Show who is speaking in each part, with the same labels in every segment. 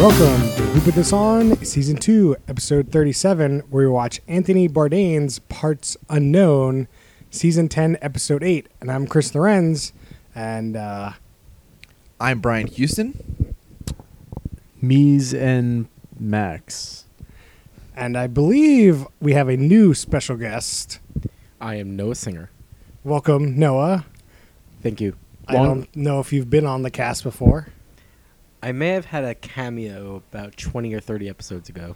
Speaker 1: Welcome to Who Put This On, Season 2, Episode 37, where we watch Anthony Bourdain's Parts Unknown, Season 10, Episode 8. And I'm Chris Lorenz, and uh,
Speaker 2: I'm Brian Houston.
Speaker 3: Mies and Max.
Speaker 1: and I believe we have a new special guest.
Speaker 4: I am no singer.
Speaker 1: Welcome, Noah.
Speaker 4: Thank you.
Speaker 1: I
Speaker 3: Long-
Speaker 1: don't know if you've been on the cast before.
Speaker 4: I may have had a cameo about 20 or 30 episodes ago.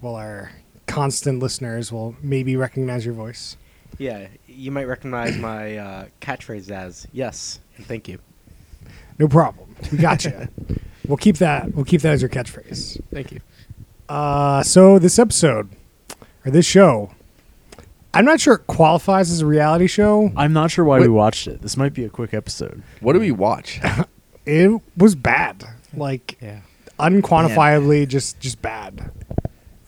Speaker 1: Well, our constant listeners will maybe recognize your voice.
Speaker 4: Yeah, you might recognize my uh, catchphrase as yes, and thank you.
Speaker 1: No problem. We got you. we'll keep that. We'll keep that as your catchphrase.
Speaker 4: Thank you.
Speaker 1: Uh, so this episode or this show, I'm not sure it qualifies as a reality show.
Speaker 3: I'm not sure why we
Speaker 2: Wait.
Speaker 3: watched it. This might be a quick episode.
Speaker 2: What do we watch?
Speaker 1: It was bad, like
Speaker 4: Yeah.
Speaker 1: unquantifiably, just just bad.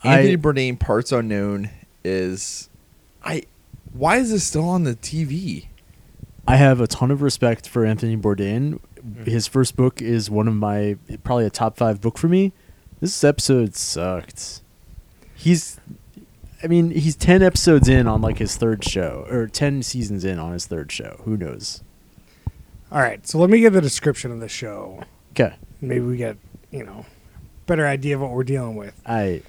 Speaker 2: Anthony
Speaker 3: I-
Speaker 2: Bourdain Parts Unknown is I why is this still on the TV?
Speaker 3: I have a ton of respect for Anthony Bourdain. His first book is one of my probably a top five book for me. This episode sucked. He's, I mean, he's ten episodes in on like his third show or ten seasons in on his third show. Who knows?
Speaker 1: All right, so let me get the description of the show.
Speaker 3: Okay,
Speaker 1: Maybe we get you know better idea of what we're dealing with.
Speaker 3: I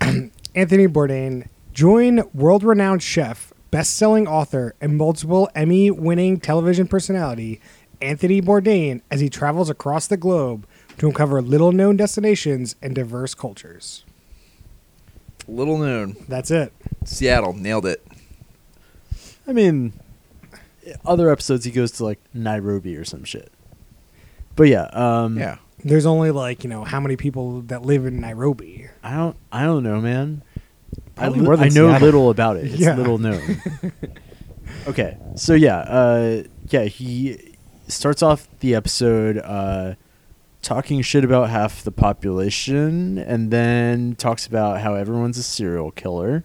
Speaker 1: Anthony Bourdain, join world renowned chef, best selling author, and multiple Emmy winning television personality Anthony Bourdain as he travels across the globe to uncover little known destinations and diverse cultures.
Speaker 2: Little known.
Speaker 1: That's it.
Speaker 2: Seattle nailed it.
Speaker 3: I mean, other episodes he goes to like Nairobi or some shit. But yeah, um,
Speaker 2: Yeah.
Speaker 1: There's only like, you know, how many people that live in Nairobi?
Speaker 3: I don't. I don't know, man. I,
Speaker 4: Probably
Speaker 3: li-
Speaker 4: more than
Speaker 3: I know
Speaker 4: Seattle.
Speaker 3: little about it. It's
Speaker 1: Yeah.
Speaker 3: little known. okay, so yeah, uh, yeah. He starts off the episode uh, talking shit about half the population, and then talks about how everyone's a serial killer. And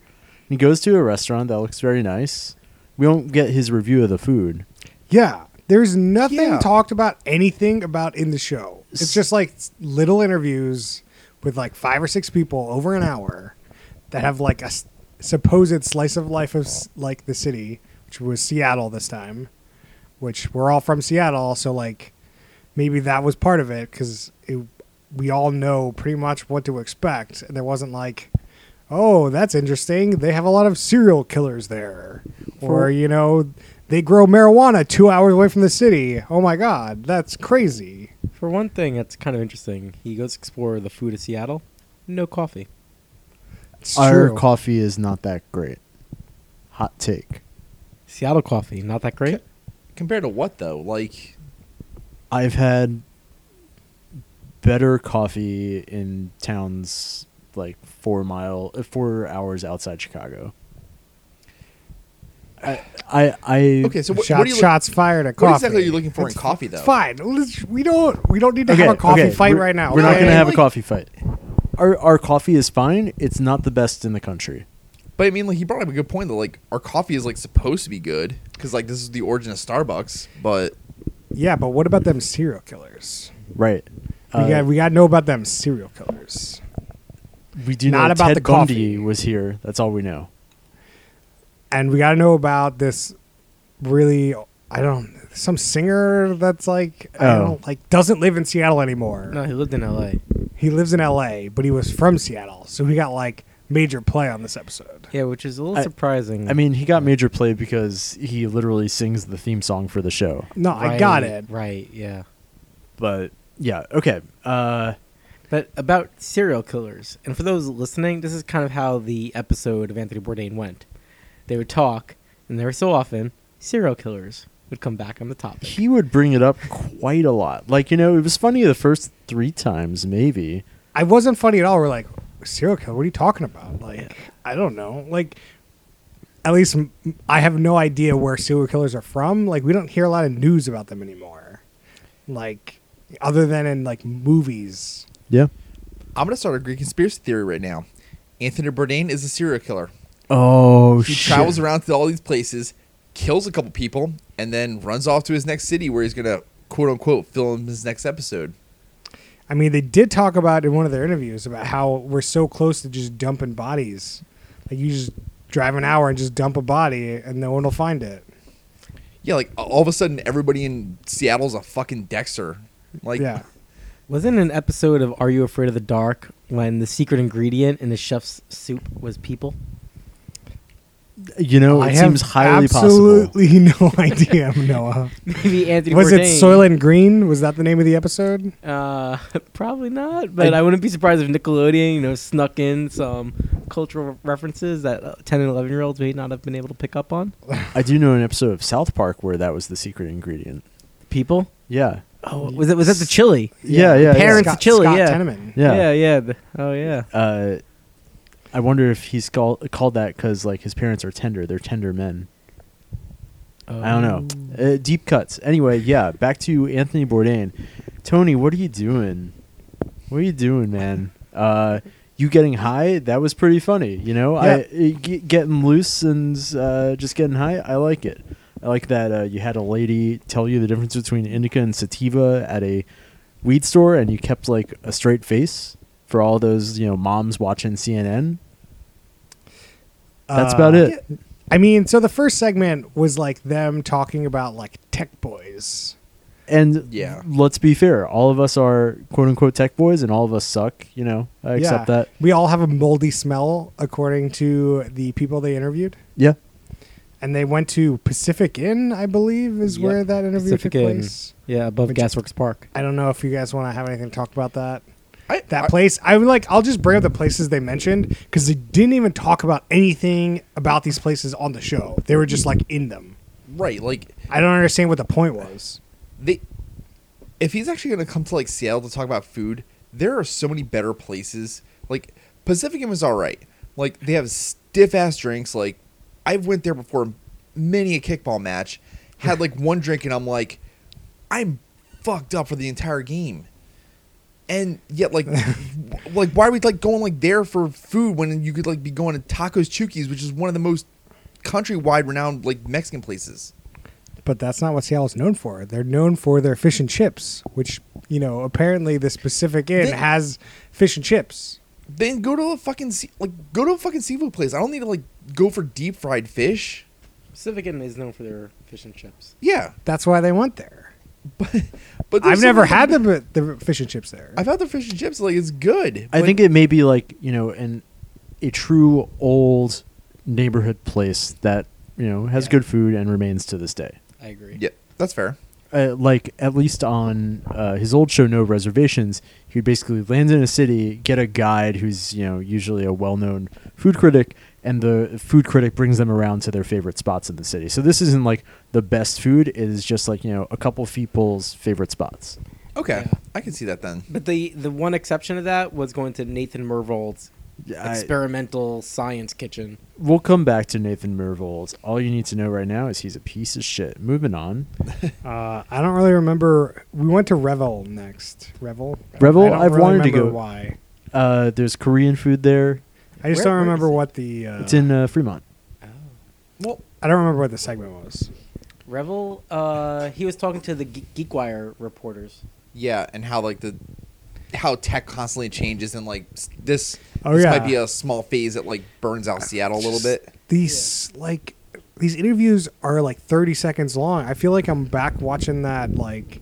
Speaker 3: he goes to a restaurant that looks very nice. We don't get his review of the food.
Speaker 1: Yeah. There's nothing
Speaker 2: Yeah.
Speaker 1: talked about anything about in the show. It's
Speaker 3: S-
Speaker 1: just like little interviews with like five or six people over an hour that have like a s- supposed slice of life of s- like the city, which was Seattle this time, which we're all from Seattle. So like maybe that was part of it because we all know pretty much what to expect. And there wasn't like, oh, that's interesting. They have a lot of serial killers there. Or,
Speaker 3: For-
Speaker 1: you know, they grow marijuana two hours away from the city. Oh my God, that's crazy.
Speaker 4: For one thing, that's kind of interesting. He goes explore the food of Seattle. No coffee.
Speaker 1: It's
Speaker 3: Our
Speaker 1: true.
Speaker 3: coffee is not that great. Hot take.
Speaker 4: Seattle coffee, not that great.
Speaker 2: Compared to what though? Like
Speaker 3: I've had better coffee in towns like four mile, uh, four hours outside Chicago. I, I, I
Speaker 2: Okay, so what,
Speaker 1: Shot-
Speaker 2: what are you
Speaker 1: shots fired at coffee.
Speaker 2: what exactly are you looking for
Speaker 1: It's
Speaker 2: in coffee though?
Speaker 1: It's fine. Let's- We don't. We don't need to have a
Speaker 3: Okay,
Speaker 1: coffee
Speaker 3: okay,
Speaker 1: fight
Speaker 3: we're-
Speaker 1: right now.
Speaker 3: We're not
Speaker 1: okay?
Speaker 3: going to have
Speaker 2: Like-
Speaker 3: a coffee fight. Our, our coffee is fine. It's not the best in the country.
Speaker 2: But I mean like he brought up a good point that like our coffee is like supposed to be good cuz like this is the origin of Starbucks, but
Speaker 1: Yeah, but what about them serial killers?
Speaker 3: Right.
Speaker 1: We
Speaker 3: Uh,
Speaker 1: got. We got to know about them serial killers.
Speaker 3: we do
Speaker 1: not
Speaker 3: know
Speaker 1: about
Speaker 3: Ted
Speaker 1: the
Speaker 3: Bundy
Speaker 1: coffee.
Speaker 3: was here. That's all we know.
Speaker 1: and we got to know about this really i don't some singer that's like i
Speaker 3: Oh.
Speaker 1: don't like doesn't live in seattle anymore
Speaker 4: No, he lived in L.A.
Speaker 1: he lives in la but he was from seattle so he got like major play on this episode
Speaker 4: Yeah, which is a little
Speaker 3: I-
Speaker 4: surprising.
Speaker 3: I mean, he got major play because he literally sings the theme song for the show.
Speaker 1: no i got it
Speaker 4: Right, yeah.
Speaker 3: But yeah, okay. Uh,
Speaker 4: But about serial killers, and for those listening, this is kind of how the episode of Anthony Bourdain went. They would talk, and every so often, serial killers would come back on the topic.
Speaker 3: he would bring it up quite a lot. Like, you know, it was funny the first three times, maybe.
Speaker 1: i wasn't funny at all we're like serial killer what are you talking about like i don't know like at least m- i have no idea where serial killers are from like we don't hear a lot of news about them anymore like other than in like movies
Speaker 3: Yeah.
Speaker 2: I'm going to start a great conspiracy theory right now. Anthony Bourdain is a serial killer.
Speaker 3: Oh,
Speaker 2: He travels around to all these places, kills a couple people, and then runs off to his next city where he's gonna quote unquote film his next episode.
Speaker 1: I mean, they did talk about in one of their interviews about how we're so close to just dumping bodies. Like you just drive an hour and just dump a body, and no one will find it.
Speaker 2: Yeah, like a- all of a sudden everybody in Seattle's a fucking Dexter. Like
Speaker 1: yeah,
Speaker 4: Wasn't an episode of Are You Afraid of the Dark when the secret ingredient in the chef's soup was people?
Speaker 3: You know, Oh, it
Speaker 1: I have
Speaker 3: seems highly possible.
Speaker 1: absolutely no idea, Noah.
Speaker 4: Maybe Anthony
Speaker 1: Was it
Speaker 4: Bourdain.
Speaker 1: Soylent Green? Was that the name of the episode?
Speaker 4: Uh, probably not. But I, wouldn't be surprised if Nickelodeon, you know, snuck in some cultural references that uh, ten and eleven year olds may not have been able to pick up on.
Speaker 3: I do know an episode of South Park where that was the secret ingredient.
Speaker 4: People.
Speaker 3: Yeah.
Speaker 4: Oh, was it was that the chili?
Speaker 3: Yeah, yeah.
Speaker 4: Parents
Speaker 1: Scott,
Speaker 4: of Chile,
Speaker 1: Scott
Speaker 4: yeah.
Speaker 1: Teneman.
Speaker 3: Yeah.
Speaker 4: yeah. yeah the- oh, yeah.
Speaker 3: Uh, I wonder if he's call- called that because like his parents are tender. They're tender men. I don't know. Uh, deep cuts. Anyway, yeah. Back to Anthony Bourdain. Tony, what are you doing? What are you doing, man? Uh, you getting high? That was pretty funny. You know, I uh, g- getting loose and uh, just getting high. I like it. I like that uh, you had a lady tell you the difference between indica and sativa at a weed store, and you kept like a straight face for all those you know moms watching CNN. That's about it.
Speaker 1: Uh, I mean, so the first segment was like them talking about like tech boys.
Speaker 3: And
Speaker 2: Yeah.
Speaker 3: let's be fair. All of us are quote unquote tech boys, and all of us suck. You know, I accept that.
Speaker 1: We all have a moldy smell, according to the people they interviewed.
Speaker 3: Yeah.
Speaker 1: And they went to Pacific Inn, I believe, is
Speaker 4: Yep.
Speaker 1: where that interview
Speaker 4: Pacific
Speaker 1: took
Speaker 4: Inn.
Speaker 1: place.
Speaker 4: Yeah, above
Speaker 1: Which-
Speaker 4: Gasworks Park.
Speaker 1: I don't know if you guys want to have anything to talk about that.
Speaker 2: I,
Speaker 1: That
Speaker 2: I-
Speaker 1: place, I would like. I'll just bring up the places they mentioned because they didn't even talk about anything about these places on the show. They were just like in them.
Speaker 2: right, like
Speaker 1: I don't understand what the point was.
Speaker 2: they if he's actually going to come to like Seattle to talk about food, there are so many better places. Like Pacific Inn was all right. Like they have stiff ass drinks. Like I've went there before many a kickball match, had like one drink and I'm like, I'm fucked up for the entire game. And yet, like, w- like why are we like going like there for food when you could like be going to Tacos Chuki's, which is one of the most countrywide renowned like Mexican places.
Speaker 1: But that's not what Seattle's known for. They're known for their fish and chips, which you know apparently this Pacific Inn
Speaker 2: They-
Speaker 1: has fish and chips.
Speaker 2: Then go to a fucking sea- like go to a fucking seafood place. I don't need to like go for deep fried fish.
Speaker 4: Pacific Inn is known for their fish and chips.
Speaker 2: Yeah,
Speaker 1: That's why they went there.
Speaker 2: but but there's
Speaker 1: I've never
Speaker 2: something-
Speaker 1: had the the fish and chips there.
Speaker 2: I've had the fish and chips. Like it's good.
Speaker 3: I
Speaker 2: but
Speaker 3: think it may be like you know, an a true old neighborhood place that you know has
Speaker 4: Yeah.
Speaker 3: good food and remains to this day.
Speaker 4: I agree.
Speaker 2: Yeah, that's fair.
Speaker 3: Uh, like at least on uh, his old show, No Reservations, he would basically land in a city, get a guide who's you know usually a well-known food critic, and the food critic brings them around to their favorite spots in the city. So this isn't like the best food; it is just like you know a couple people's favorite spots.
Speaker 2: Okay,
Speaker 4: Yeah.
Speaker 2: I can see that then.
Speaker 4: But the the one exception to that was going to Nathan Mervold's
Speaker 3: I-
Speaker 4: experimental science kitchen.
Speaker 3: We'll come back to Nathan Mervold. All you need to know right now is he's a piece of shit. Moving on.
Speaker 1: Uh, I don't really remember. We went to Revel next. Revel.
Speaker 3: Revel?
Speaker 1: I don't
Speaker 3: I've
Speaker 1: really
Speaker 3: wanted to
Speaker 1: remember
Speaker 3: go.
Speaker 1: Why?
Speaker 3: Uh, there's Korean food there.
Speaker 1: I just don't
Speaker 4: Where- where
Speaker 1: remember
Speaker 4: is it?
Speaker 1: what the. Uh,
Speaker 3: It's in uh, Fremont.
Speaker 2: Well,
Speaker 1: I don't remember what the segment was.
Speaker 4: Revel, uh, he was talking to the Ge- GeekWire reporters.
Speaker 2: yeah, and how like the how tech constantly changes and like s- this
Speaker 1: Oh,
Speaker 2: this
Speaker 1: yeah.
Speaker 2: might be a small phase that like burns out Seattle a little bit.
Speaker 1: These like these interviews are like thirty seconds long. I feel like I'm back watching that like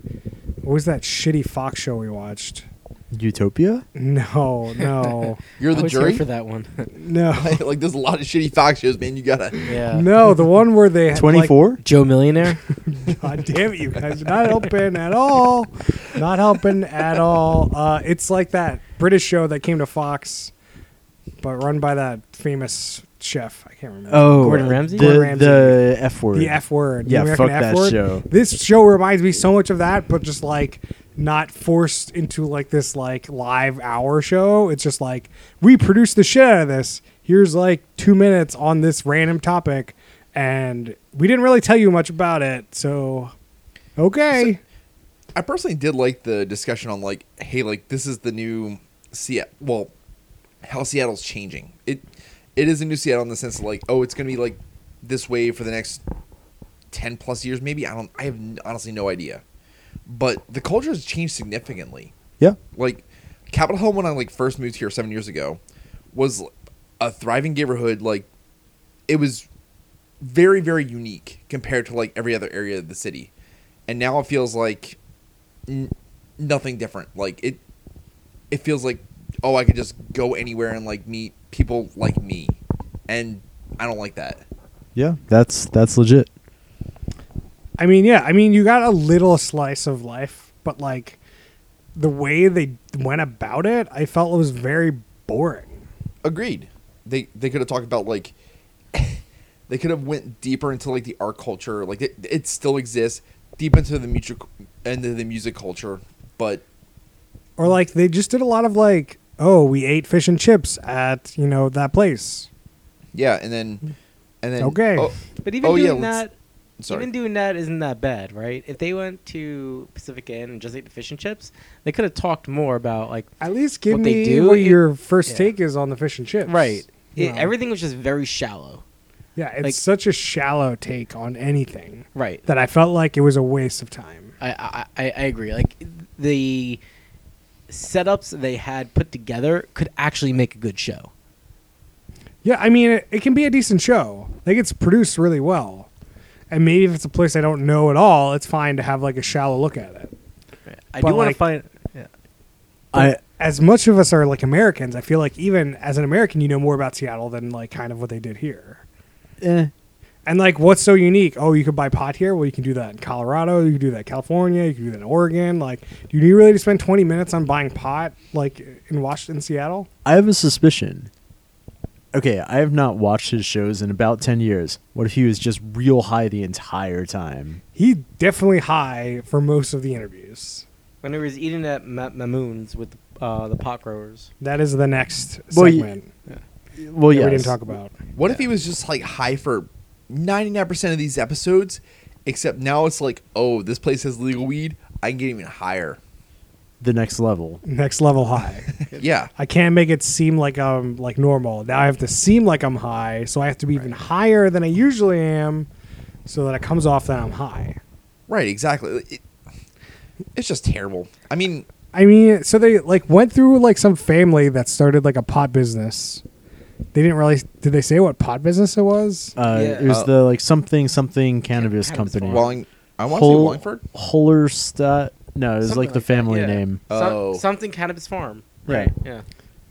Speaker 1: what was that shitty Fox show we watched?
Speaker 3: Utopia?
Speaker 1: No, no,
Speaker 2: You're
Speaker 4: I
Speaker 2: the
Speaker 4: was here
Speaker 2: jury
Speaker 4: for that one.
Speaker 1: no,
Speaker 2: like there's a lot of shitty Fox shows, man. You gotta
Speaker 4: yeah.
Speaker 1: no. The one where they like-
Speaker 3: 24?
Speaker 4: Joe Millionaire.
Speaker 1: God damn it, you guys! are Not helping at all. Not helping at all. Uh, it's like that British show that came to Fox, but run by that famous chef. I can't remember.
Speaker 3: oh,
Speaker 4: Gordon Ramsay?
Speaker 3: The,
Speaker 1: Gordon Ramsay.
Speaker 3: the F word.
Speaker 1: the F word.
Speaker 3: Yeah,
Speaker 1: the American
Speaker 3: fuck
Speaker 1: F
Speaker 3: that
Speaker 1: word.
Speaker 3: show.
Speaker 1: This show reminds me so much of that, but just like not forced into like this like live hour show. It's just like we produce the shit out of this. Here's like two minutes on this random topic, and we didn't really tell you much about it. So, okay,
Speaker 2: I personally did like the discussion on like, hey, like this is the new Seattle. Well, how Seattle's changing. It it is a new Seattle in the sense of like, oh, it's gonna be like this way for the next ten plus years, maybe. I don't. I have n- honestly no idea. But the culture has changed significantly.
Speaker 3: Yeah.
Speaker 2: Like Capitol Hill when I like first moved here seven years ago was a thriving neighborhood. Like it was very very unique compared to like every other area of the city, and now it feels like n- nothing different. Like it it feels like oh I could just go anywhere and like meet people like me, and I don't like that.
Speaker 3: Yeah. That's that's legit.
Speaker 1: I mean, yeah. I mean, you got a little slice of life, but like the way they went about it, I felt it was very boring.
Speaker 2: Agreed. They they could have talked about like they could have went deeper into like the art culture. Like it, it still exists deep into the music into the music culture, but
Speaker 1: Or like they just did a lot of like, oh, we ate fish and chips at you know that place.
Speaker 2: yeah, and then and then
Speaker 1: Okay.
Speaker 2: oh,
Speaker 4: But even
Speaker 2: oh, yeah,
Speaker 4: doing
Speaker 2: let's-
Speaker 4: that,
Speaker 2: sorry.
Speaker 4: even doing that isn't that bad, right? If they went to Pacific Inn and just ate the fish and chips, they could have talked more about like
Speaker 1: At least give
Speaker 4: What
Speaker 1: me
Speaker 4: they do
Speaker 1: what
Speaker 4: is-
Speaker 1: your first
Speaker 4: yeah.
Speaker 1: take is on the fish and chips.
Speaker 4: right. It-
Speaker 1: You know?
Speaker 4: everything was just very shallow,
Speaker 1: Yeah, it's
Speaker 4: like-
Speaker 1: such a shallow take on anything
Speaker 4: right?
Speaker 1: that I felt like it was a waste of time.
Speaker 4: I, I, I I agree. Like the setups they had put together could actually make a good show.
Speaker 1: Yeah, I mean, it, it can be a decent show. Like, it's produced really well. And maybe if it's a place I don't know at all, it's fine to have, like, a shallow look at it.
Speaker 4: I
Speaker 1: But,
Speaker 4: do want
Speaker 1: like-
Speaker 4: to find. Yeah.
Speaker 3: I
Speaker 1: As much of us are, like, Americans, I feel like even as an American, you know more about Seattle than, like, kind of what they did here.
Speaker 3: eh,
Speaker 1: And, like, what's so unique? Oh, you could buy pot here? Well, you can do that in Colorado. You can do that in California. You can do that in Oregon. Like, do you need really to spend 20 minutes on buying pot, like, in Washington, Seattle?
Speaker 3: I have a suspicion. Okay, I have not watched his shows in about 10 years. What if he was just real high the entire time?
Speaker 1: He definitely high for most of the interviews.
Speaker 4: When he was eating at Ma- Mamoon's with uh, the pot growers,
Speaker 1: That is the next
Speaker 3: Well, you-
Speaker 1: segment
Speaker 3: Well,
Speaker 1: that
Speaker 3: yeah.
Speaker 1: we didn't talk about.
Speaker 2: What if he was just like high for 99% of these episodes, except now it's like, oh, this place has legal weed. I can get even higher.
Speaker 3: the next level.
Speaker 1: next level high.
Speaker 2: Yeah.
Speaker 1: I can't make it seem like I'm like normal. Now I have to seem like I'm high, so I have to be even higher than I usually am, so that it comes off that I'm high.
Speaker 2: Right. Exactly. It- it's just terrible. I mean,
Speaker 1: I mean, so they like went through like some family that started like a pot business. They didn't really did they say what pot business it was?
Speaker 3: Uh,
Speaker 4: Yeah.
Speaker 3: It was
Speaker 2: Uh,
Speaker 3: the like something something cannabis
Speaker 4: cannabis
Speaker 3: company.
Speaker 4: farm.
Speaker 2: Walling, I want to say Wallingford.
Speaker 3: Hollerstadt. No, it was like the family name.
Speaker 2: Oh.
Speaker 4: something cannabis farm.
Speaker 3: Right.
Speaker 4: Yeah.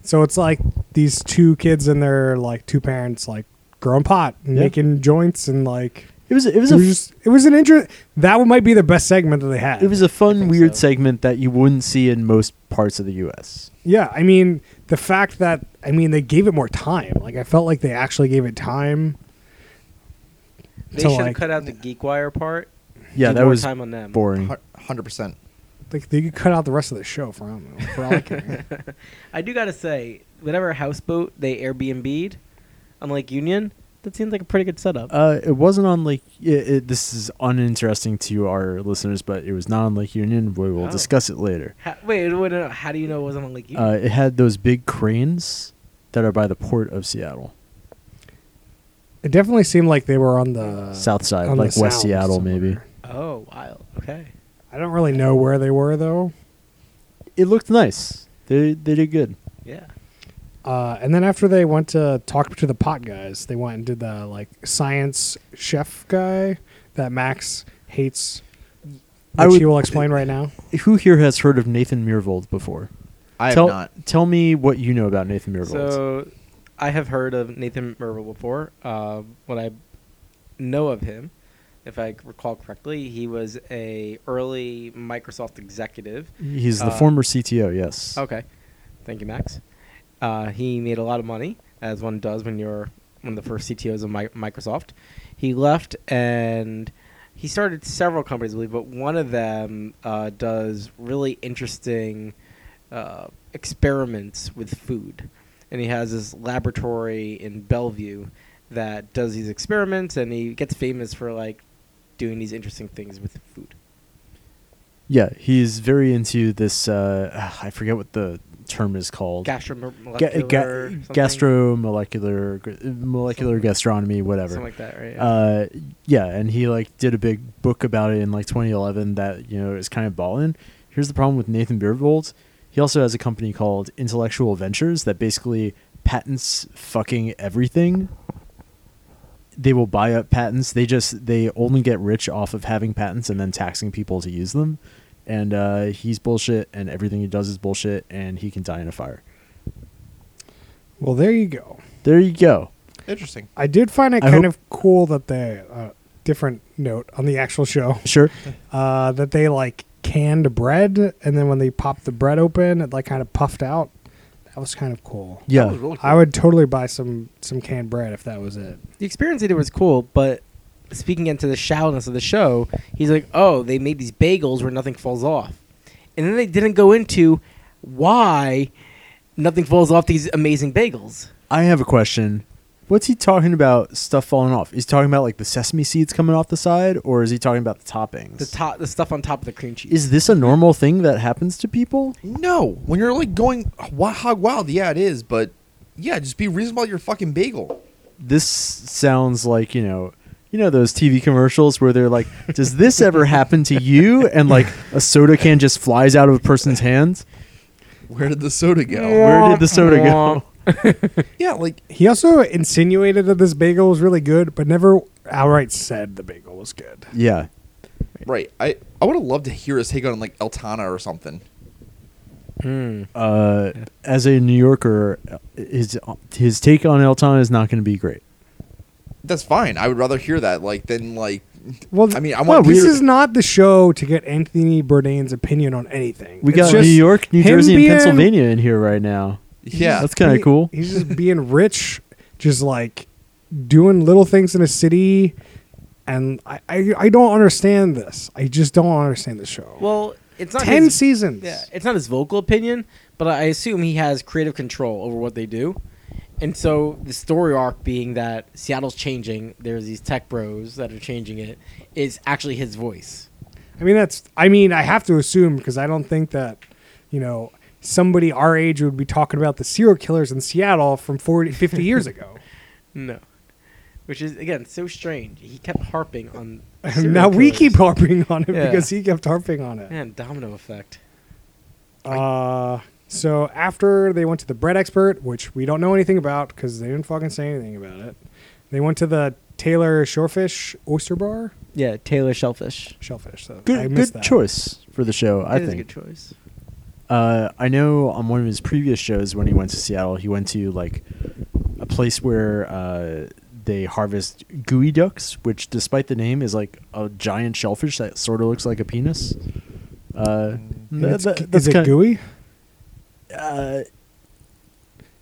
Speaker 1: so it's like these two kids and their like two parents like growing pot and
Speaker 3: Yeah.
Speaker 1: making joints and like
Speaker 3: It was it was
Speaker 1: it
Speaker 3: a
Speaker 1: was, just, it was an interest that one might be the best segment that they had.
Speaker 3: it was a fun
Speaker 4: think
Speaker 3: weird
Speaker 4: so.
Speaker 3: segment that you wouldn't see in most parts of the U.S.
Speaker 1: Yeah, I mean the fact that I mean they gave it more time. Like I felt like they actually gave it time.
Speaker 4: They
Speaker 1: So,
Speaker 4: should have
Speaker 1: like-
Speaker 4: cut out the geek wire part.
Speaker 3: Yeah,
Speaker 4: Give
Speaker 3: that
Speaker 4: more
Speaker 3: was
Speaker 4: time on them.
Speaker 3: boring.
Speaker 2: hu- 100%.
Speaker 1: Like they could cut out the rest of the show for I don't know, for all I care.
Speaker 4: I do gotta say, whenever houseboat they Airbnb'd on Lake Union, that seems like a pretty good setup.
Speaker 3: Uh, it wasn't on like it, it, this is uninteresting to our listeners, but it was not on Lake Union. We will
Speaker 4: Oh.
Speaker 3: discuss it later.
Speaker 4: Ha- wait, wait, no, no, how do you know it wasn't on Lake Union?
Speaker 3: Uh, it had those big cranes that are by the port of Seattle,
Speaker 1: It definitely seemed like they were on the
Speaker 3: south side,
Speaker 1: Uh, on the
Speaker 3: like West
Speaker 1: sound
Speaker 3: Seattle,
Speaker 1: somewhere.
Speaker 3: maybe.
Speaker 4: oh, wild. Okay.
Speaker 1: I don't really know where they were though.
Speaker 3: It looked nice. They they did good.
Speaker 4: Yeah.
Speaker 1: Uh, and then after they went to talk to the pot guys, they went and did the like science chef guy that Max hates, which
Speaker 3: I
Speaker 1: he
Speaker 3: would-
Speaker 1: will explain right now.
Speaker 3: Who here has heard of Nathan Mirvold before?
Speaker 2: I have
Speaker 3: tell,
Speaker 2: not.
Speaker 3: Tell me what you know about Nathan Mirvold.
Speaker 4: So, I have heard of Nathan Merville before. Uh, what I know of him, if I recall correctly, he was a early Microsoft executive.
Speaker 3: He's the
Speaker 4: uh,
Speaker 3: former CTO. Yes.
Speaker 4: Okay, thank you, Max. Uh, he made a lot of money, as one does when you're one of the first CTOs of Mi- Microsoft. He left and he started several companies, I believe, but one of them uh, does really interesting uh, experiments with food. And he has this laboratory in Bellevue that does these experiments, and he gets famous for like doing these interesting things with food.
Speaker 3: Yeah, he's very into this. Uh, I forget what the term is called.
Speaker 4: Gastromolecular,
Speaker 3: Ga- ga-
Speaker 4: something?
Speaker 3: gastromolecular, gr- molecular
Speaker 4: Something.
Speaker 3: gastronomy, whatever.
Speaker 4: something like that, right?
Speaker 3: uh, yeah, and he like did a big book about it in like 2011 that you know is kind of balling. Here's the problem with Nathan Beerbold. He also has a company called Intellectual Ventures that basically patents fucking everything. They will buy up patents. They just they only get rich off of having patents and then taxing people to use them. And uh, he's bullshit, and everything he does is bullshit, and he can die in a fire.
Speaker 1: Well, there you go.
Speaker 3: There you go.
Speaker 2: Interesting.
Speaker 1: I did find it
Speaker 3: I
Speaker 1: kind
Speaker 3: hope-
Speaker 1: of cool that they uh, different note on the actual show
Speaker 3: Sure.
Speaker 1: uh, that they like canned bread and then when they popped the bread open, it like kind of puffed out. That was kind of cool.
Speaker 3: Yeah.
Speaker 2: That was really cool.
Speaker 1: I would totally buy some some canned bread if that was it.
Speaker 4: the experience they did was cool, but speaking into the shallowness of the show, he's like, "Oh, they made these bagels where nothing falls off," and then they didn't go into why nothing falls off these amazing bagels.
Speaker 3: I have a question. What's he talking about stuff falling off? Is he talking about like the sesame seeds coming off the side or is he talking about the toppings?
Speaker 4: The top, the stuff on top of the cream cheese.
Speaker 3: is this a normal thing that happens to people?
Speaker 2: No, when you're like going wa- hog wild, yeah, it is, but yeah, just be reasonable about your fucking bagel.
Speaker 3: This sounds like, you know, you know those TV commercials where they're like, "Does this ever happen to you?" and like a soda can just flies out of a person's hands.
Speaker 2: Where did the soda go?
Speaker 3: Where did the soda go?
Speaker 2: Yeah, like
Speaker 1: He also insinuated that this bagel was really good, but never outright said the bagel was good.
Speaker 3: Yeah.
Speaker 2: right. I I would have loved to hear his take on like Eltana or something.
Speaker 3: Uh, as a New Yorker, his his take on Elton is not going to be great.
Speaker 2: That's fine. I would rather hear that like than like.
Speaker 1: Well,
Speaker 2: I mean, I want
Speaker 1: this
Speaker 2: weird-
Speaker 1: is not the show to get Anthony Bourdain's opinion on anything.
Speaker 3: We
Speaker 1: It's
Speaker 3: got New
Speaker 1: just
Speaker 3: York, New
Speaker 1: him
Speaker 3: Jersey, and
Speaker 1: being-
Speaker 3: Pennsylvania in here right now.
Speaker 2: Yeah,
Speaker 3: That's kinda
Speaker 1: he-
Speaker 3: cool.
Speaker 1: He's just being rich, just like doing little things in a city, and I, I, I don't understand this. I just don't understand the show.
Speaker 4: Well, it's not
Speaker 1: ten
Speaker 4: his,
Speaker 1: seasons.
Speaker 4: Yeah, it's not his vocal opinion, but I assume he has creative control over what they do. And so the story arc being that Seattle's changing, there's these tech bros that are changing it, is actually his voice.
Speaker 1: I mean, that's. I mean, I have to assume because I don't think that, you know, somebody our age would be talking about the serial killers in Seattle from 40, 50 years ago.
Speaker 4: No. Which is again so strange. He kept harping on serial
Speaker 1: now we
Speaker 4: killers.
Speaker 1: keep harping on it
Speaker 4: Yeah.
Speaker 1: because he kept harping on it.
Speaker 4: Man, domino effect.
Speaker 1: Uh, so after they went to the bread expert, which we don't know anything about because they didn't fucking say anything about it, they went to the Taylor Shorefish Oyster Bar,
Speaker 4: Yeah, Taylor Shellfish.
Speaker 1: Shellfish. So I
Speaker 3: Good,
Speaker 1: missed
Speaker 3: good
Speaker 1: that.
Speaker 3: choice for the show. I
Speaker 4: That is a
Speaker 3: think.
Speaker 4: good choice.
Speaker 3: Uh, I know on one of his previous shows when he went to Seattle, he went to like a place where uh, they harvest gooey ducks, which, despite the name, is like a giant shellfish that sort of looks like a penis. Uh,
Speaker 1: And
Speaker 3: that-
Speaker 1: Mm. it's-
Speaker 3: that-
Speaker 1: is
Speaker 3: that's
Speaker 1: it
Speaker 3: kinda-
Speaker 1: gooey?
Speaker 3: Uh,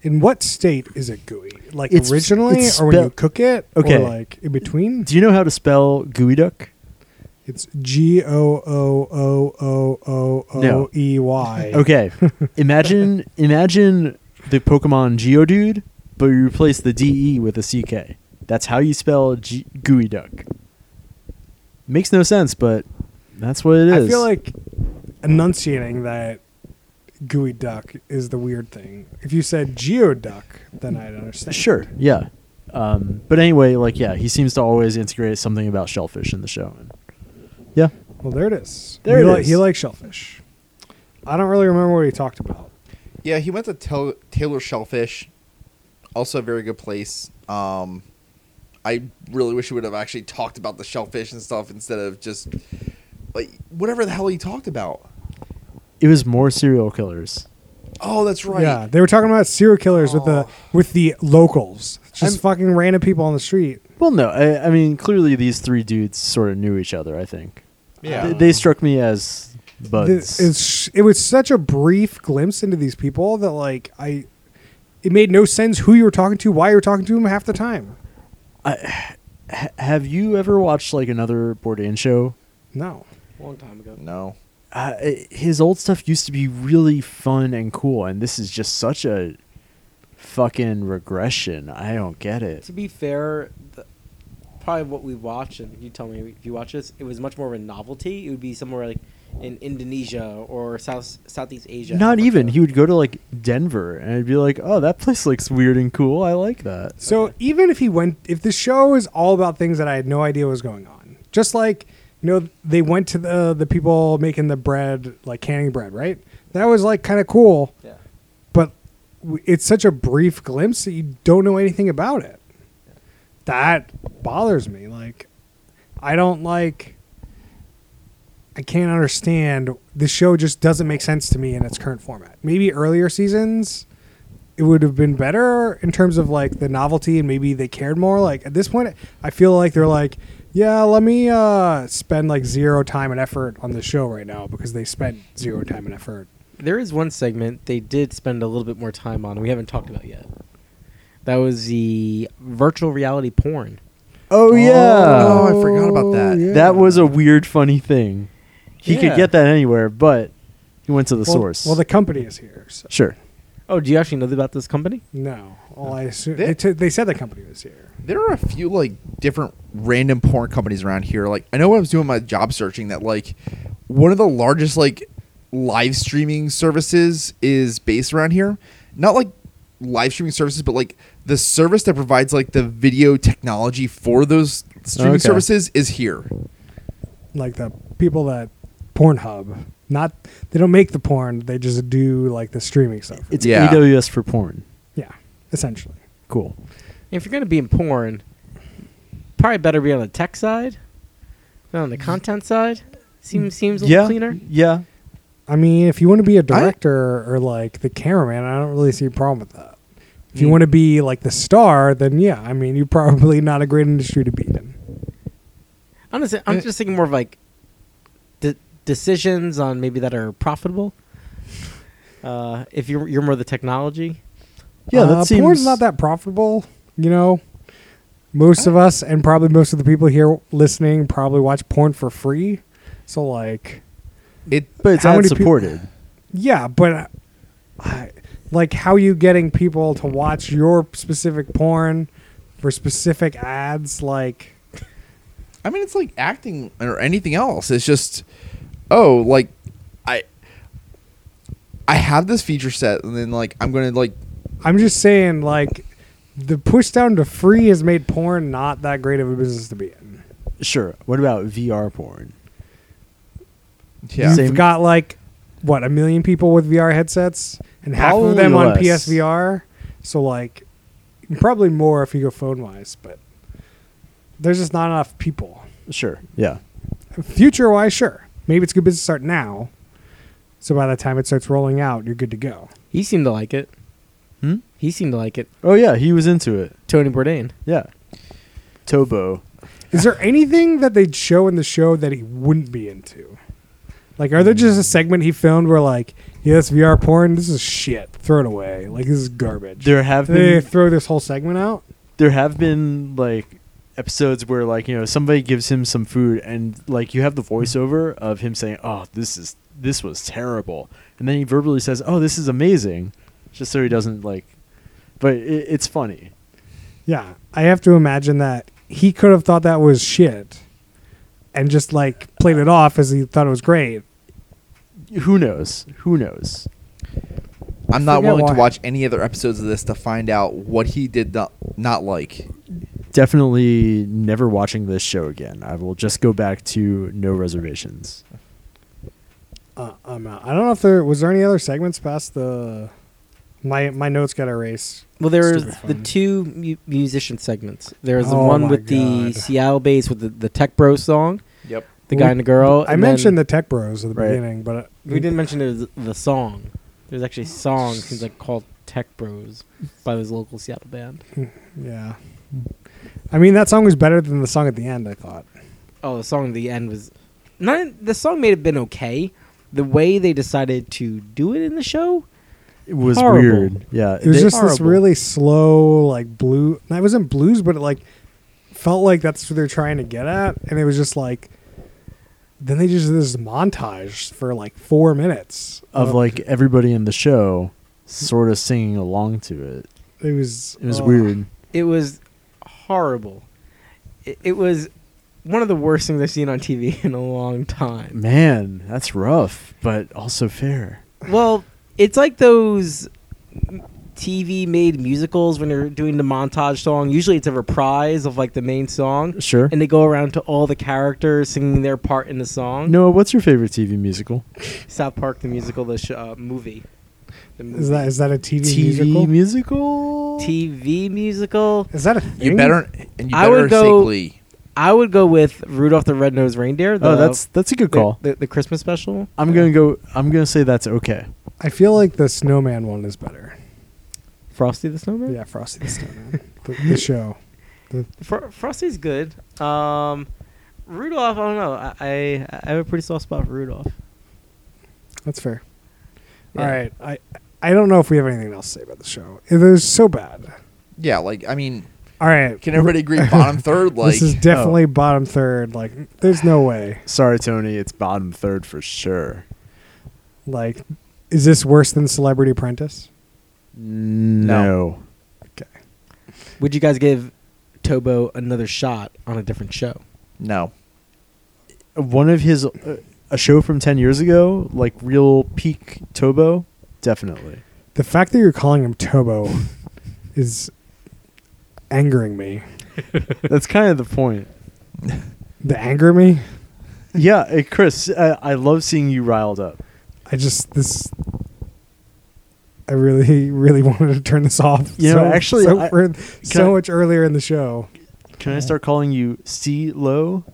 Speaker 1: In what state is it gooey? Like
Speaker 3: It's-
Speaker 1: originally,
Speaker 3: it's
Speaker 1: or when you
Speaker 3: spelled-
Speaker 1: cook it,
Speaker 3: Okay.
Speaker 1: or like in between?
Speaker 3: do you know how to spell gooey duck?
Speaker 1: It's G O O O O O O E Y.
Speaker 3: Okay. imagine imagine the Pokemon Geodude, but you replace the DE with a CK. That's how you spell G- gooey duck. Makes no sense, but that's what it
Speaker 1: I
Speaker 3: is.
Speaker 1: feel like enunciating that gooey duck is the weird thing. If you said geoduck, then I'd understand.
Speaker 3: sure, yeah. Um, but anyway, like yeah, he seems to always integrate something about shellfish in the show. And yeah,
Speaker 1: Well, there it is.
Speaker 3: There
Speaker 1: he
Speaker 3: it
Speaker 1: li-
Speaker 3: is.
Speaker 1: He likes shellfish. I don't really remember what he talked about.
Speaker 2: yeah. He went to Tel- Taylor Shellfish, also a very good place. Um, I really wish he would have actually talked about the shellfish and stuff instead of just like whatever the hell he talked about.
Speaker 3: it was more serial killers.
Speaker 2: Oh, that's right.
Speaker 1: Yeah, they were talking about serial killers with the
Speaker 2: Oh.
Speaker 1: with the locals, just
Speaker 3: I'm-
Speaker 1: fucking random people on the street.
Speaker 3: Well, no, I, I mean clearly these three dudes sort of knew each other. I think.
Speaker 2: Yeah.
Speaker 3: They, they struck me as buds.
Speaker 1: Th- it's, it was such a brief glimpse into these people that like I, it made no sense who you were talking to, why you were talking to them half the time.
Speaker 3: H- have you ever watched like another Bourdain show?
Speaker 1: No,
Speaker 4: Long time ago.
Speaker 2: No.
Speaker 3: Uh, i- his old stuff used to be really fun and cool, and this is just such a fucking regression. I don't get it.
Speaker 4: To be fair, the, probably what we watch, and you tell me if you watch this, it was much more of a novelty. It would be somewhere like in Indonesia or South Southeast Asia. uh,
Speaker 3: Not
Speaker 4: Africa.
Speaker 3: even. He would go to like Denver, and I'd be like, "Oh, that place looks weird and cool. I like that."
Speaker 1: So even if he went, if the show is all about things that I had no idea was going on, just like you know, they went to the the people making the bread, like canning bread, right? that was like kind of cool,
Speaker 4: Yeah.
Speaker 1: but w- it's such a brief glimpse that you don't know anything about it. That bothers me. Like, I don't like. I can't understand. The show just doesn't make sense to me in its current format. Maybe earlier seasons, it would have been better in terms of like the novelty and maybe they cared more. Like at this point, I feel like they're like, yeah, let me uh, spend like zero time and effort on the show right now because they spent zero time and effort.
Speaker 4: There is one segment they did spend a little bit more time on we haven't talked about yet. That was the virtual reality porn.
Speaker 3: Oh yeah.
Speaker 2: Oh, I forgot about that.
Speaker 1: yeah.
Speaker 3: That was a weird funny thing. He
Speaker 4: Yeah.
Speaker 3: could get that anywhere, but he went to the
Speaker 1: well,
Speaker 3: source.
Speaker 1: Well, the company is here. So
Speaker 3: sure.
Speaker 4: Oh, do you actually know about this company?
Speaker 1: no, all I assume
Speaker 2: They-
Speaker 1: they, t- they said the company was here.
Speaker 2: there are a few like different random porn companies around here. Like I know when I was doing my job searching that like one of the largest like live streaming services is based around here. Not like live streaming services, but like the service that provides like the video technology for those streaming
Speaker 3: Okay.
Speaker 2: services is here.
Speaker 1: Like the people that Pornhub, not they don't make the porn. They just do like the streaming stuff.
Speaker 3: It's
Speaker 2: Yeah.
Speaker 3: AWS for porn.
Speaker 1: yeah, essentially.
Speaker 3: Cool.
Speaker 4: If you're going to be in porn, probably better be on the tech side, not on the content side. Seems seems a little
Speaker 3: Yeah.
Speaker 4: cleaner.
Speaker 3: Yeah.
Speaker 1: I mean, if you want to be a director or like the cameraman, I don't really see a problem with that. If you
Speaker 2: Mm.
Speaker 1: want to be like the star, then yeah, I mean, you're probably not a great industry to be in.
Speaker 4: Honestly, I'm
Speaker 2: Uh,
Speaker 4: just thinking more of like de- decisions on maybe that are profitable. Uh, if you're you're more the technology,
Speaker 3: Yeah, that
Speaker 1: Uh,
Speaker 3: seems
Speaker 1: porn's not that profitable, you know. Most of us, and probably most of the people here listening, probably watch porn for free. So like,
Speaker 2: It
Speaker 3: but it's
Speaker 1: How
Speaker 3: ad
Speaker 1: many peop-
Speaker 3: supported.
Speaker 1: yeah, but I, I, like, how you getting people to watch your specific porn for specific ads? Like,
Speaker 2: I mean, it's like acting or anything else. It's just, oh, like I, I have this feature set, and then like I'm gonna like,
Speaker 1: I'm just saying, like, the push down to free has made porn not that great of a business to be in.
Speaker 3: sure. What about VR porn?
Speaker 2: yeah,
Speaker 3: Same-
Speaker 1: You've got like what a million people with VR headsets, and half
Speaker 3: Probably
Speaker 1: of them on
Speaker 3: less.
Speaker 1: PSVR. So like, probably more if you go phone wise, but there's just not enough people.
Speaker 3: Sure. Yeah.
Speaker 1: Future wise, sure, maybe it's good business to start now. So by the time it starts rolling out, you're good to go.
Speaker 4: he seemed to like it.
Speaker 3: Hmm?
Speaker 4: He seemed to like it.
Speaker 3: Oh yeah, he was into it.
Speaker 4: Tony Bourdain.
Speaker 3: Yeah. Tobo.
Speaker 1: Is there anything that they'd show in the show that he wouldn't be into? Like, are there just a segment he filmed where, like, yeah, this VR porn, this is shit. Throw it away. Like, this is garbage.
Speaker 3: There have
Speaker 1: Do they
Speaker 3: been
Speaker 1: throw this whole segment out?
Speaker 3: there have been like episodes where like you know somebody gives him some food and like you have the
Speaker 1: Hmm.
Speaker 3: voiceover of him saying oh this is this was terrible and then he verbally says oh this is amazing just so he doesn't like but it, it's funny
Speaker 1: Yeah. I have to imagine that he could have thought that was shit and just, like, played it off as he thought it was great.
Speaker 3: who knows who knows
Speaker 2: I'm not
Speaker 1: Forget
Speaker 2: willing to
Speaker 1: why.
Speaker 2: watch any other episodes of this to find out what he did not, not like.
Speaker 3: definitely never watching this show again i will just go back to no reservations
Speaker 1: Uh, I'm out. I don't know if there was there any other segments past the. My my notes got erased.
Speaker 4: Well, there was
Speaker 1: Stupid
Speaker 4: the
Speaker 1: fun.
Speaker 4: two mu- musician segments. There was the
Speaker 1: Oh
Speaker 4: one
Speaker 1: my
Speaker 4: with the
Speaker 1: God.
Speaker 4: Seattle bass with the, the Tech Bro song,
Speaker 2: Yep.
Speaker 4: the
Speaker 1: We-
Speaker 4: guy and the girl.
Speaker 1: I
Speaker 4: and
Speaker 1: mentioned the
Speaker 4: then
Speaker 1: Tech Bros at the
Speaker 3: Right.
Speaker 1: beginning, but uh,
Speaker 4: we didn't mention it was the song. There's actually a song seems like called Tech Bros by this local Seattle band.
Speaker 1: Yeah. I mean, that song was better than the song at the end, I thought.
Speaker 4: Oh, the song at the end was not the song may have been okay. The way they decided to do it in the show,
Speaker 3: it was
Speaker 4: Horrible.
Speaker 3: weird yeah
Speaker 1: It was
Speaker 3: they-
Speaker 1: just this
Speaker 4: horrible.
Speaker 1: really slow, like, blue. It wasn't blues, but it, like, felt like that's what they're trying to get at. And it was just like. Then they just did this montage for, like, four minutes.
Speaker 3: of like everybody in the show sort of singing along to it
Speaker 1: It was.
Speaker 3: it was
Speaker 1: ugh.
Speaker 3: weird
Speaker 4: it was horrible. It, it was one of the worst things I've seen on TV in a long time.
Speaker 3: Man, that's rough, but also fair.
Speaker 4: Well, it's like those TV made musicals when they're doing the montage song. Usually it's a reprise of like the main song.
Speaker 3: Sure.
Speaker 4: And they go around to all the characters singing their part in the song.
Speaker 3: Noah, what's your favorite TV musical?
Speaker 4: South Park the musical, the sh- uh, movie. The movie.
Speaker 1: Is that is that a TV, musical?
Speaker 3: TV musical?
Speaker 4: TV musical?
Speaker 1: is that a thing?
Speaker 2: You better and you
Speaker 4: I
Speaker 2: better
Speaker 4: would go-
Speaker 2: say Glee.
Speaker 4: I would go with Rudolph the Red-Nosed Reindeer. The,
Speaker 3: oh, that's that's a good
Speaker 4: the-
Speaker 3: call.
Speaker 4: The, the Christmas special.
Speaker 3: I'm gonna go. I'm gonna say that's okay.
Speaker 1: I feel like the Snowman one is better.
Speaker 4: Uh, Frosty the Snowman.
Speaker 1: Yeah, Frosty the Snowman, the, the show.
Speaker 4: Fro- Frosty's good. Um, Rudolph, I don't know. I, I I have a pretty soft spot for Rudolph.
Speaker 1: That's fair.
Speaker 4: Yeah.
Speaker 1: All right, I I don't know if we have anything else to say about the show. It was so bad.
Speaker 2: Yeah, like I mean,
Speaker 1: All right,
Speaker 2: can everybody agree bottom third? Like
Speaker 1: this is
Speaker 3: Oh.
Speaker 1: definitely bottom third. Like, there's no way.
Speaker 3: Sorry, Tony. It's bottom third for sure.
Speaker 1: Like, is this worse than Celebrity Apprentice?
Speaker 3: No.
Speaker 1: Okay.
Speaker 4: Would you guys give Tobo another shot on a different show?
Speaker 2: no.
Speaker 3: One of his, uh, a show from ten years ago, like real peak Tobo, definitely.
Speaker 1: The fact that you're calling him Tobo is angering me.
Speaker 3: That's kind of the point.
Speaker 1: The anger me.
Speaker 3: Yeah, uh, Chris, uh, I love seeing you riled up.
Speaker 1: I just this. I really, really wanted to turn this off.
Speaker 3: You know, actually,
Speaker 1: so,
Speaker 3: I-
Speaker 1: ear- so
Speaker 3: I-
Speaker 1: much earlier in the show.
Speaker 3: Can I start calling you C Low?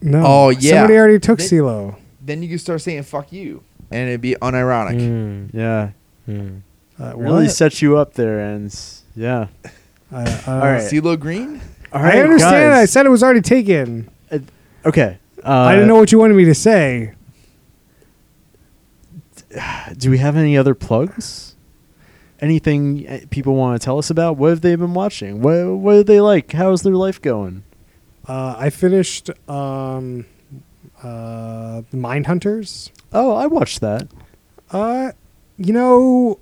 Speaker 1: No.
Speaker 2: Oh, yeah.
Speaker 1: Somebody already took
Speaker 2: They-
Speaker 1: CeeLo.
Speaker 2: Then you can start saying "fuck you," and it'd be unironic.
Speaker 3: Yeah,
Speaker 1: Uh,
Speaker 3: really
Speaker 1: Mm. what?
Speaker 3: set you up there, and s- yeah.
Speaker 1: I- I-
Speaker 3: All right.
Speaker 2: CeeLo Green.
Speaker 3: All
Speaker 1: I understand. I said it was already taken.
Speaker 3: okay. Uh,
Speaker 1: I didn't know what you wanted me to say.
Speaker 3: Do we have any other plugs? Anything uh, people want to tell us about? What have they been watching? What What are they like? How's their life going?
Speaker 1: Uh, I finished um, uh, Mind Hunters.
Speaker 3: Oh, I watched that.
Speaker 1: Uh, you know,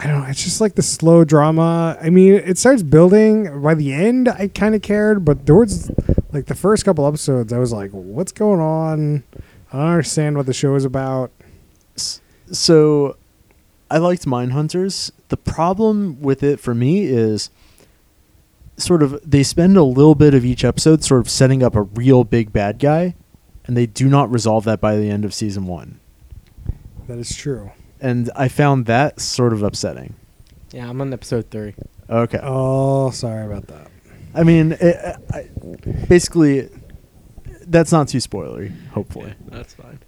Speaker 1: I don't know. It's just like the slow drama. I mean, it starts building. By the end, I kind of cared, but towards like the first couple episodes, I was like, "What's going on?" I don't understand what the show is about.
Speaker 3: S- So, I liked Mindhunters. The problem with it for me is sort of they spend a little bit of each episode sort of setting up a real big bad guy, and they do not resolve that by the end of season one.
Speaker 1: That is true.
Speaker 3: And I found that sort of upsetting.
Speaker 4: Yeah, I'm on episode three.
Speaker 3: Okay.
Speaker 1: Oh, sorry about that.
Speaker 3: I mean, it, I, basically, that's not too spoilery. Hopefully,
Speaker 4: That's fine.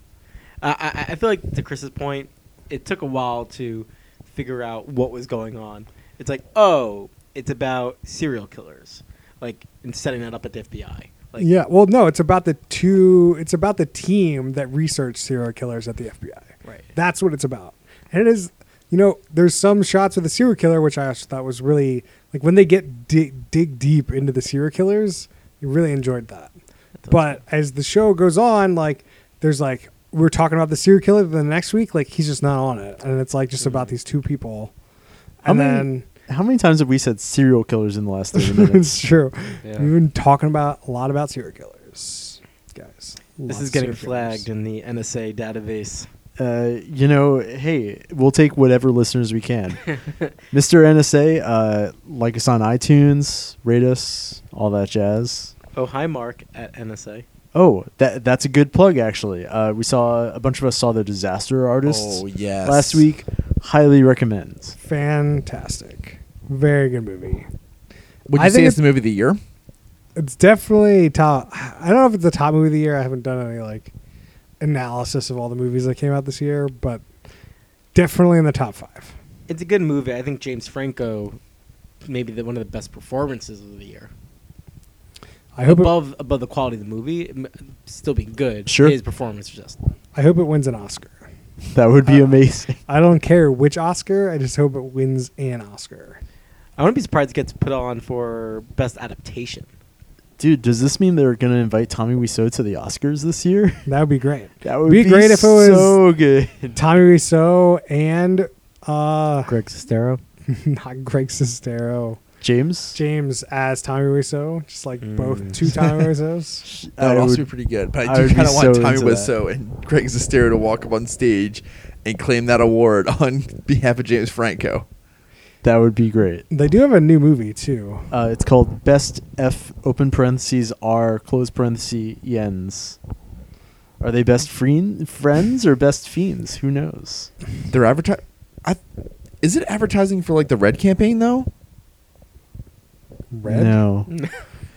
Speaker 4: Uh, I, I feel like to Chris's point, it took a while to figure out what was going on. It's like, oh, it's about serial killers, like and setting that up at the FBI. Like,
Speaker 1: yeah. Well, no, it's about the two. It's about the team that researched serial killers at the FBI.
Speaker 4: right.
Speaker 1: That's what it's about. And it is, you know, there's some shots of the serial killer, which I actually thought was really like when they get dig, dig deep into the serial killers, you really enjoyed that. But as the show goes on, like there's like we're talking about the serial killer the next week, like he's just not on it, and it's like just about
Speaker 4: Mm-hmm.
Speaker 1: these two people,
Speaker 3: How
Speaker 1: and
Speaker 3: many-
Speaker 1: then
Speaker 3: how many times have we said serial killers in the last thirty minutes?
Speaker 1: it's true.
Speaker 4: Yeah.
Speaker 1: We've been talking about a lot about serial killers, guys.
Speaker 4: this
Speaker 1: Lots
Speaker 4: is
Speaker 1: of
Speaker 4: getting
Speaker 1: serial killers.
Speaker 4: flagged in the NSA database.
Speaker 3: Uh, you know, hey, we'll take whatever listeners we can. Mr. NSA, uh, like us on iTunes, rate us, all that jazz.
Speaker 4: Oh, hi, Mark at NSA.
Speaker 3: Oh, that that's a good plug actually. Uh, we saw a bunch of us saw the Disaster Artists
Speaker 2: Oh yes.
Speaker 3: last week. Highly recommend.
Speaker 1: Fantastic, very good movie.
Speaker 2: Would
Speaker 1: I
Speaker 2: you say
Speaker 1: think
Speaker 2: it's
Speaker 1: it-
Speaker 2: the movie of the year?
Speaker 1: It's definitely top. I don't know if it's the top movie of the year. I haven't done any like analysis of all the movies that came out this year, but definitely in the top five.
Speaker 4: It's a good movie. I think James Franco, maybe the, one of the best performances of the year.
Speaker 1: I hope it,
Speaker 4: above above the quality of the movie, m- still being good.
Speaker 3: Sure.
Speaker 4: his performance was just
Speaker 1: I hope it wins an Oscar.
Speaker 3: That would be
Speaker 2: Uh-huh.
Speaker 1: Uh,
Speaker 3: amazing.
Speaker 1: I don't care which Oscar. I just hope it wins an Oscar.
Speaker 4: I wouldn't be surprised it gets put on for best adaptation.
Speaker 3: Dude, does this mean they're going to invite Tommy Wiseau to the Oscars this year?
Speaker 1: That would be great.
Speaker 3: That would
Speaker 1: Be great if it was-
Speaker 3: so good.
Speaker 1: Tommy Wiseau and uh,
Speaker 4: Greg Sestero.
Speaker 1: not Greg Sestero.
Speaker 3: James.
Speaker 1: James as Tommy Wiseau, just like both
Speaker 4: Mm.
Speaker 1: two Tommy Wiseaus.
Speaker 2: That would also be
Speaker 3: would-
Speaker 2: pretty good. But
Speaker 3: I
Speaker 2: I do
Speaker 3: would be
Speaker 2: kind of want
Speaker 3: so
Speaker 2: Tommy
Speaker 3: into that.
Speaker 2: Wiseau and Craig Sestero to walk up on stage and claim that award on behalf of James Franco.
Speaker 3: that would be great.
Speaker 1: They do have a new movie too.
Speaker 3: Uh, it's called Best F open parentheses R close parentheses Yens. Are they best freen, friends or best fiends? Who knows?
Speaker 2: They're advertising. Is it advertising for like the Red campaign though?
Speaker 1: Red.
Speaker 3: No.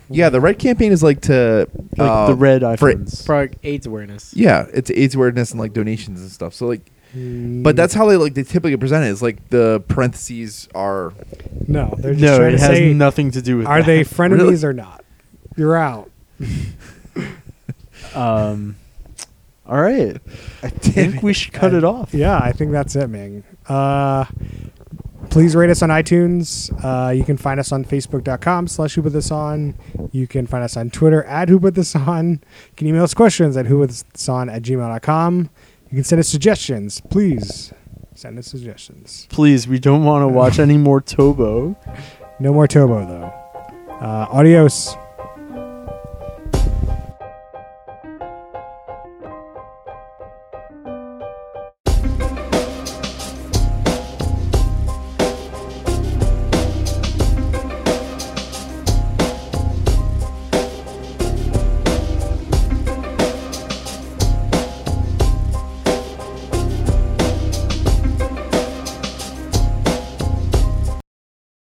Speaker 2: Yeah, the Red campaign is like to uh,
Speaker 3: Like
Speaker 1: Uh,
Speaker 3: the red
Speaker 2: for-
Speaker 3: iPhones.
Speaker 4: Probably AIDS awareness.
Speaker 2: yeah, it's AIDS awareness and like donations and stuff. So like,
Speaker 1: Mm,
Speaker 2: but that's how they like they typically present it. Is like the parentheses are
Speaker 1: no. They're just
Speaker 3: no,
Speaker 1: trying
Speaker 3: it
Speaker 1: to
Speaker 3: has
Speaker 1: say,
Speaker 3: nothing to do with.
Speaker 1: Are
Speaker 3: that.
Speaker 1: they frenemies or not? You're out.
Speaker 3: Um, all right. I think we should cut
Speaker 1: I-
Speaker 3: it off.
Speaker 1: Yeah, I think that's it, Ming. Uh, please rate us on iTunes. Uh, you can find us on Facebook.com slash Who Put This On. You can find us on Twitter at Who Put This On. You can email us questions at Who Put This On at gmail.com. You can send us suggestions. Please send us suggestions.
Speaker 3: Please, we don't want to watch any more Tobo.
Speaker 1: No more Tobo, though. Uh, adios.